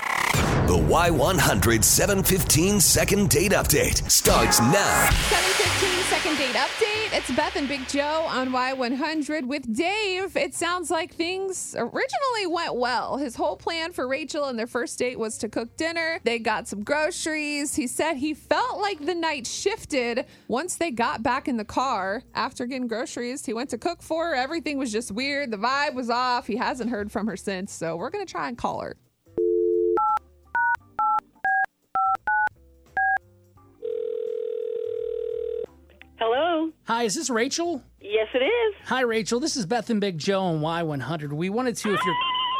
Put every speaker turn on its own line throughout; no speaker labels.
The Y100 715 second date update starts now.
715 second date update. It's Beth and Big Joe on Y100 with Dave. It sounds like things originally went well. His whole plan for Rachel and their first date was to cook dinner. They got some groceries. He said he felt like the night shifted once they got back in the car after getting groceries. He went to cook for her. Everything was just weird. The vibe was off. He hasn't heard from her since. So we're going to try and call her.
Hello.
Hi, is this Rachel?
Yes, it is.
Hi, Rachel. This is Beth and Big Joe on Y100. We wanted to, if you're.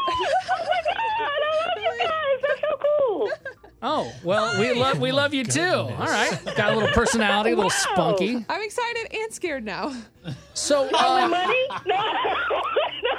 Oh my god! I love you guys. That's so cool.
Oh, well, we love we love you too. All right, got a little personality, a little
Wow.
spunky.
I'm excited and scared now.
So, uh,
Money?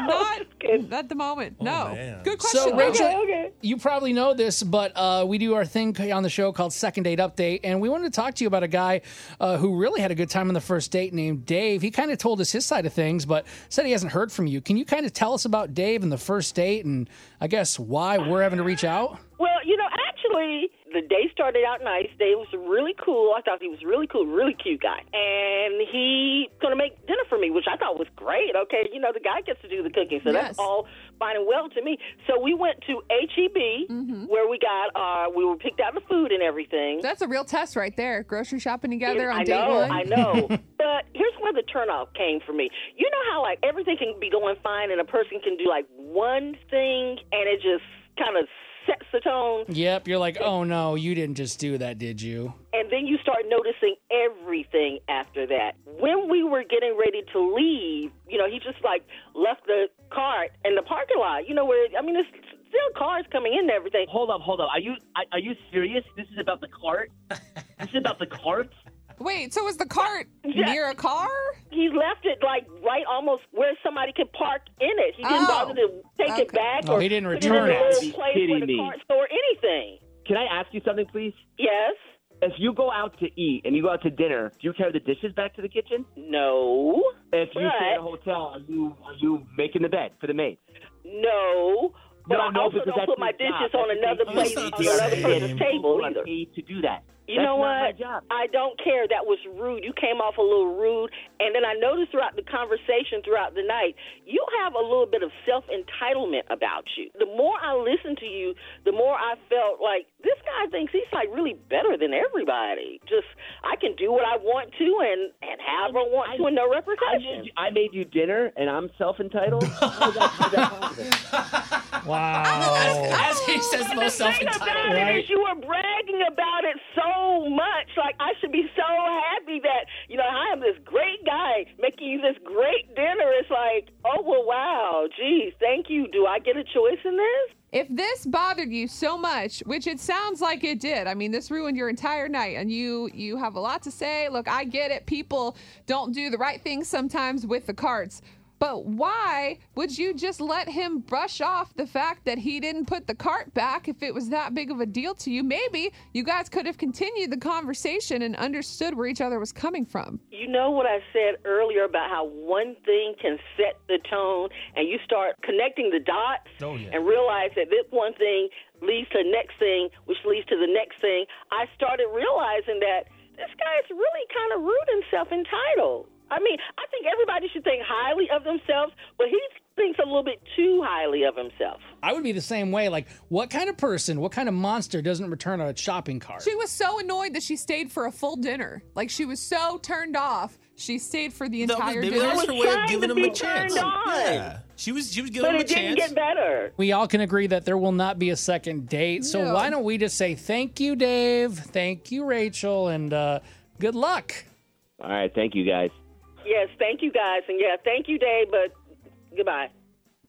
No.
Not
good.
at the moment. no.
man.
Good question.
so
though.
Rachel,
okay.
you probably know this, but uh, we do our thing on the show called Second Date Update, and we wanted to talk to you about a guy uh, who really had a good time on the first date named Dave. He kind of told us his side of things, but said he hasn't heard from you. Can you kind of tell us about Dave and the first date, and I guess why we're having to reach out?
Well, you know, actually, the day started out nice. Dave was really cool. I thought he was really cool, really cute guy. And he going to make dinner for me, which I thought was great. Okay, you know, the guy gets to do the cooking, so
Yes.
that's all fine and well to me. So we went to HEB where we got our, we were picked out the food and everything.
That's a real test right there. Grocery shopping together on
I
date
know,
one.
I know. but here's where the turnoff came for me. You know how like everything can be going fine and a person can do like one thing and it just kind of sets the tone
Yep, you're like, oh no, you didn't just do that, did you?
and then you start noticing everything after that. When we were getting ready to leave, you know, he just like left the cart in the parking lot. You know where I mean, it's still cars coming in and everything.
Hold up, hold up. Are you are, are you serious? This is about the cart. this is about the cart.
Wait, so was the cart near a car?
He left it like right almost where somebody can park in it. He didn't
Oh,
bother to take
okay.
it back
Oh,
or
he didn't
put it in
return
the
it.
little
You
place where
kidding
the
me.
cart store anything.
Can I ask you something, please?
Yes.
If you go out to eat and you go out to dinner, do you carry the dishes back to the kitchen?
No.
If you stay at
Right.
a hotel, are you are you making the bed for the maid?
No. But
no,
I
no,
also
because
don't
that's
put my
your job.
dishes on
That's
another
the
place
thing.
on
the
another
same.
person's table either.
I'm paid to do that.
You
That's
know
not
what?
My job.
I don't care. That was rude. You came off a little rude. And then I noticed throughout the conversation throughout the night, you have a little bit of self entitlement about you. The more I listened to you, the more I felt like this guy thinks he's like really better than everybody. Just I can do what I want to and and however I want to and no
I made,
repercussions.
you, I made you dinner, and I'm self entitled. How is that- how is that possible?
Wow.
As he says, the most self
about
entitled.
it is you were bragging about it so much. Like I should be so happy that you know I am this great guy making you this great dinner. It's like, oh well, wow, geez, thank you. Do I get a choice in this?
If this bothered you so much, which it sounds like it did, I mean, this ruined your entire night, and you you have a lot to say. Look, I get it. People don't do the right thing sometimes with the carts. But why would you just let him brush off the fact that he didn't put the cart back if it was that big of a deal to you? Maybe you guys could have continued the conversation and understood where each other was coming from.
You know what I said earlier about how one thing can set the tone, and you start connecting the dots
Oh, yeah.
and realize that this one thing leads to the next thing, which leads to the next thing. I started realizing that this guy is really kind of rude and self entitled. I mean, I think everybody should think highly of themselves, but he thinks a little bit too highly of himself.
I would be the same way. Like, what kind of person, what kind of monster doesn't return a shopping cart?
She was so annoyed that she stayed for a full dinner. Like she was so turned off, she stayed for the
That was,
entire
maybe
dinner.
that was her way
trying
of giving
to
him
be
a chance.
turned on.
Yeah. She was, she was giving
But
him a
it didn't
chance.
get better.
We all can agree that there will not be a second date. So
No.
why don't we just say thank you, Dave, thank you, Rachel, and uh, good luck.
All right, thank you guys.
Yes, thank you guys. And yeah, thank you, Dave, but goodbye.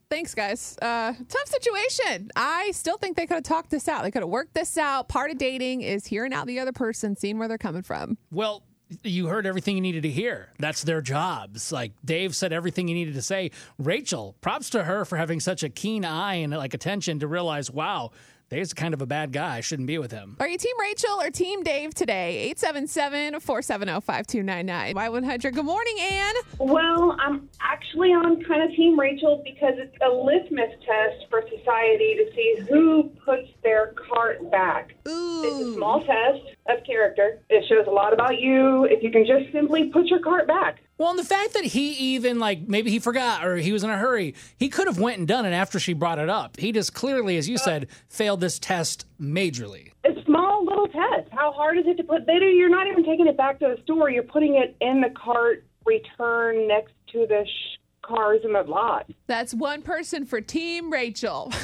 Thanks, guys. Uh, tough situation. I still think they could have talked this out. They could have worked this out. Part of dating is hearing out the other person, seeing where they're coming from.
Well, you heard everything you needed to hear. That's their jobs. Like Dave said everything he needed to say. Rachel, props to her for having such a keen eye and like attention to realize, wow, Dave's kind of a bad guy. I shouldn't be with him.
Are you Team Rachel or Team Dave today? oh, 877-470-5299. Y100. Good morning, Ann.
Well, I'm actually on kind of Team Rachel because it's a litmus test for society to see who puts their cart back. It's a small test of character. It shows a lot about you if you can just simply put your cart back.
Well, and the fact that he even like maybe he forgot or he was in a hurry, he could have went and done it after she brought it up. He just clearly, as you
Uh,
said, failed this test majorly.
It's a small little test. How hard is it to put? They do, you're not even taking it back to the store. You're putting it in the cart return next to the sh- cars in the lot.
That's one person for Team Rachel.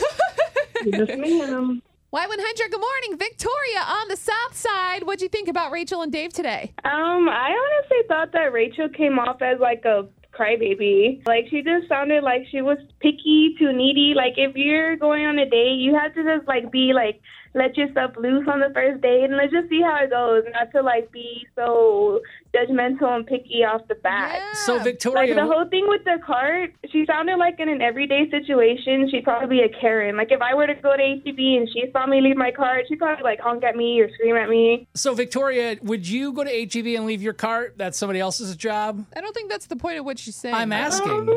Yes, ma'am.
Y100. Good morning, Victoria on the South Side. What'd you think about Rachel and Dave today?
Um, I honestly thought that Rachel came off as like a crybaby. Like she just sounded like she was picky, too needy. Like if you're going on a date, you have to just like be like let yourself loose on the first date and let's just see how it goes. Not to like be so judgmental and picky off the bat.
So
Like
Victoria,
the whole thing with the cart, she sounded like in an everyday situation, she'd probably be a Karen. Like if I were to go to HEB and she saw me leave my cart, she'd probably like honk at me or scream at me.
so Victoria, would you go to HEV and leave your cart? That's somebody else's job.
I don't think that's the point of what she's saying.
I'm asking.
Um,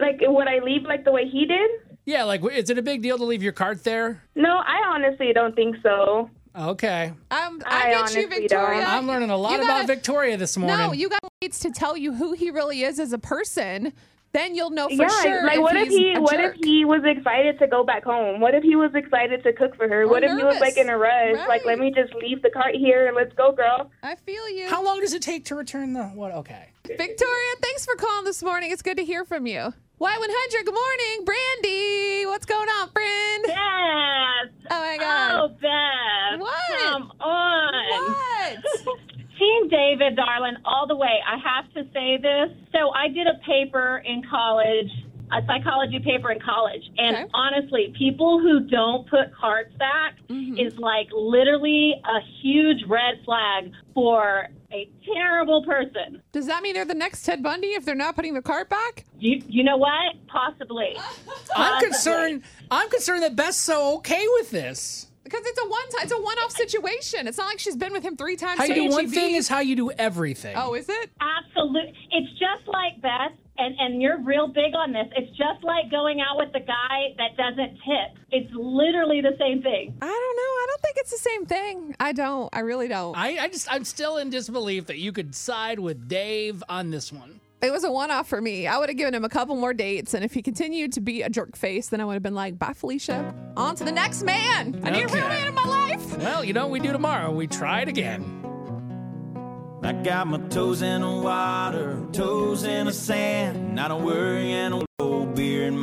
Like, would I leave like the way he did?
Yeah, like is it a big deal to leave your cart there?
No, I honestly don't think so.
Okay,
I'm,
I
I, get you,
honestly
Victoria.
don't.
I'm learning a lot
You
about
gotta-
Victoria this morning.
No, you got waits to tell you who he really is as a person. Then you'll know for
yeah,
sure.
like what if
he's
he
a
what
jerk.
if he was excited to go back home? What if he was excited to cook for her? what if he was
nervous.
like in a rush? Like,
Oh, Right.
let me just leave the cart here and let's go, girl.
I feel you,
How long does it take to return the what? Okay.
Victoria. Thanks for calling this morning. It's good to hear from you. Y100. Good morning, Brandy. What's going on, friend?
Beth.
Oh my God.
Oh, Beth.
What?
Come on.
What?
Team David, darling, all the way. I have to say this. So I did a paper in college, a psychology paper in college, and
Okay.
honestly, people who don't put carts back is like literally a huge red flag for a terrible person.
Does that mean they're the next Ted Bundy if they're not putting the cart back?
You, you know what? Possibly.
I'm concerned. I'm concerned that Beth's so okay with this.
Because it's a one time, it's a one off situation. It's not like she's been with him three times.
How you
to
do one
HEB.
thing is how you do everything.
E Oh, is it?
Absolutely. It's just like Beth, and, and you're real big on this. It's just like going out with the guy that doesn't tip. It's literally the same thing.
I don't know. I don't think it's the same thing. I don't. I really don't.
I, I just I'm still in disbelief that you could side with Dave on this one.
It was a one off for me. I would have given him a couple more dates. And if he continued to be a jerk face, then I would have been like, bye, Felicia. On to the next man. I need a real
Okay.
man in my life.
Well, you know what we do tomorrow? We try it again.
I got my toes in the water, toes in the sand, not a worry and a old beer in my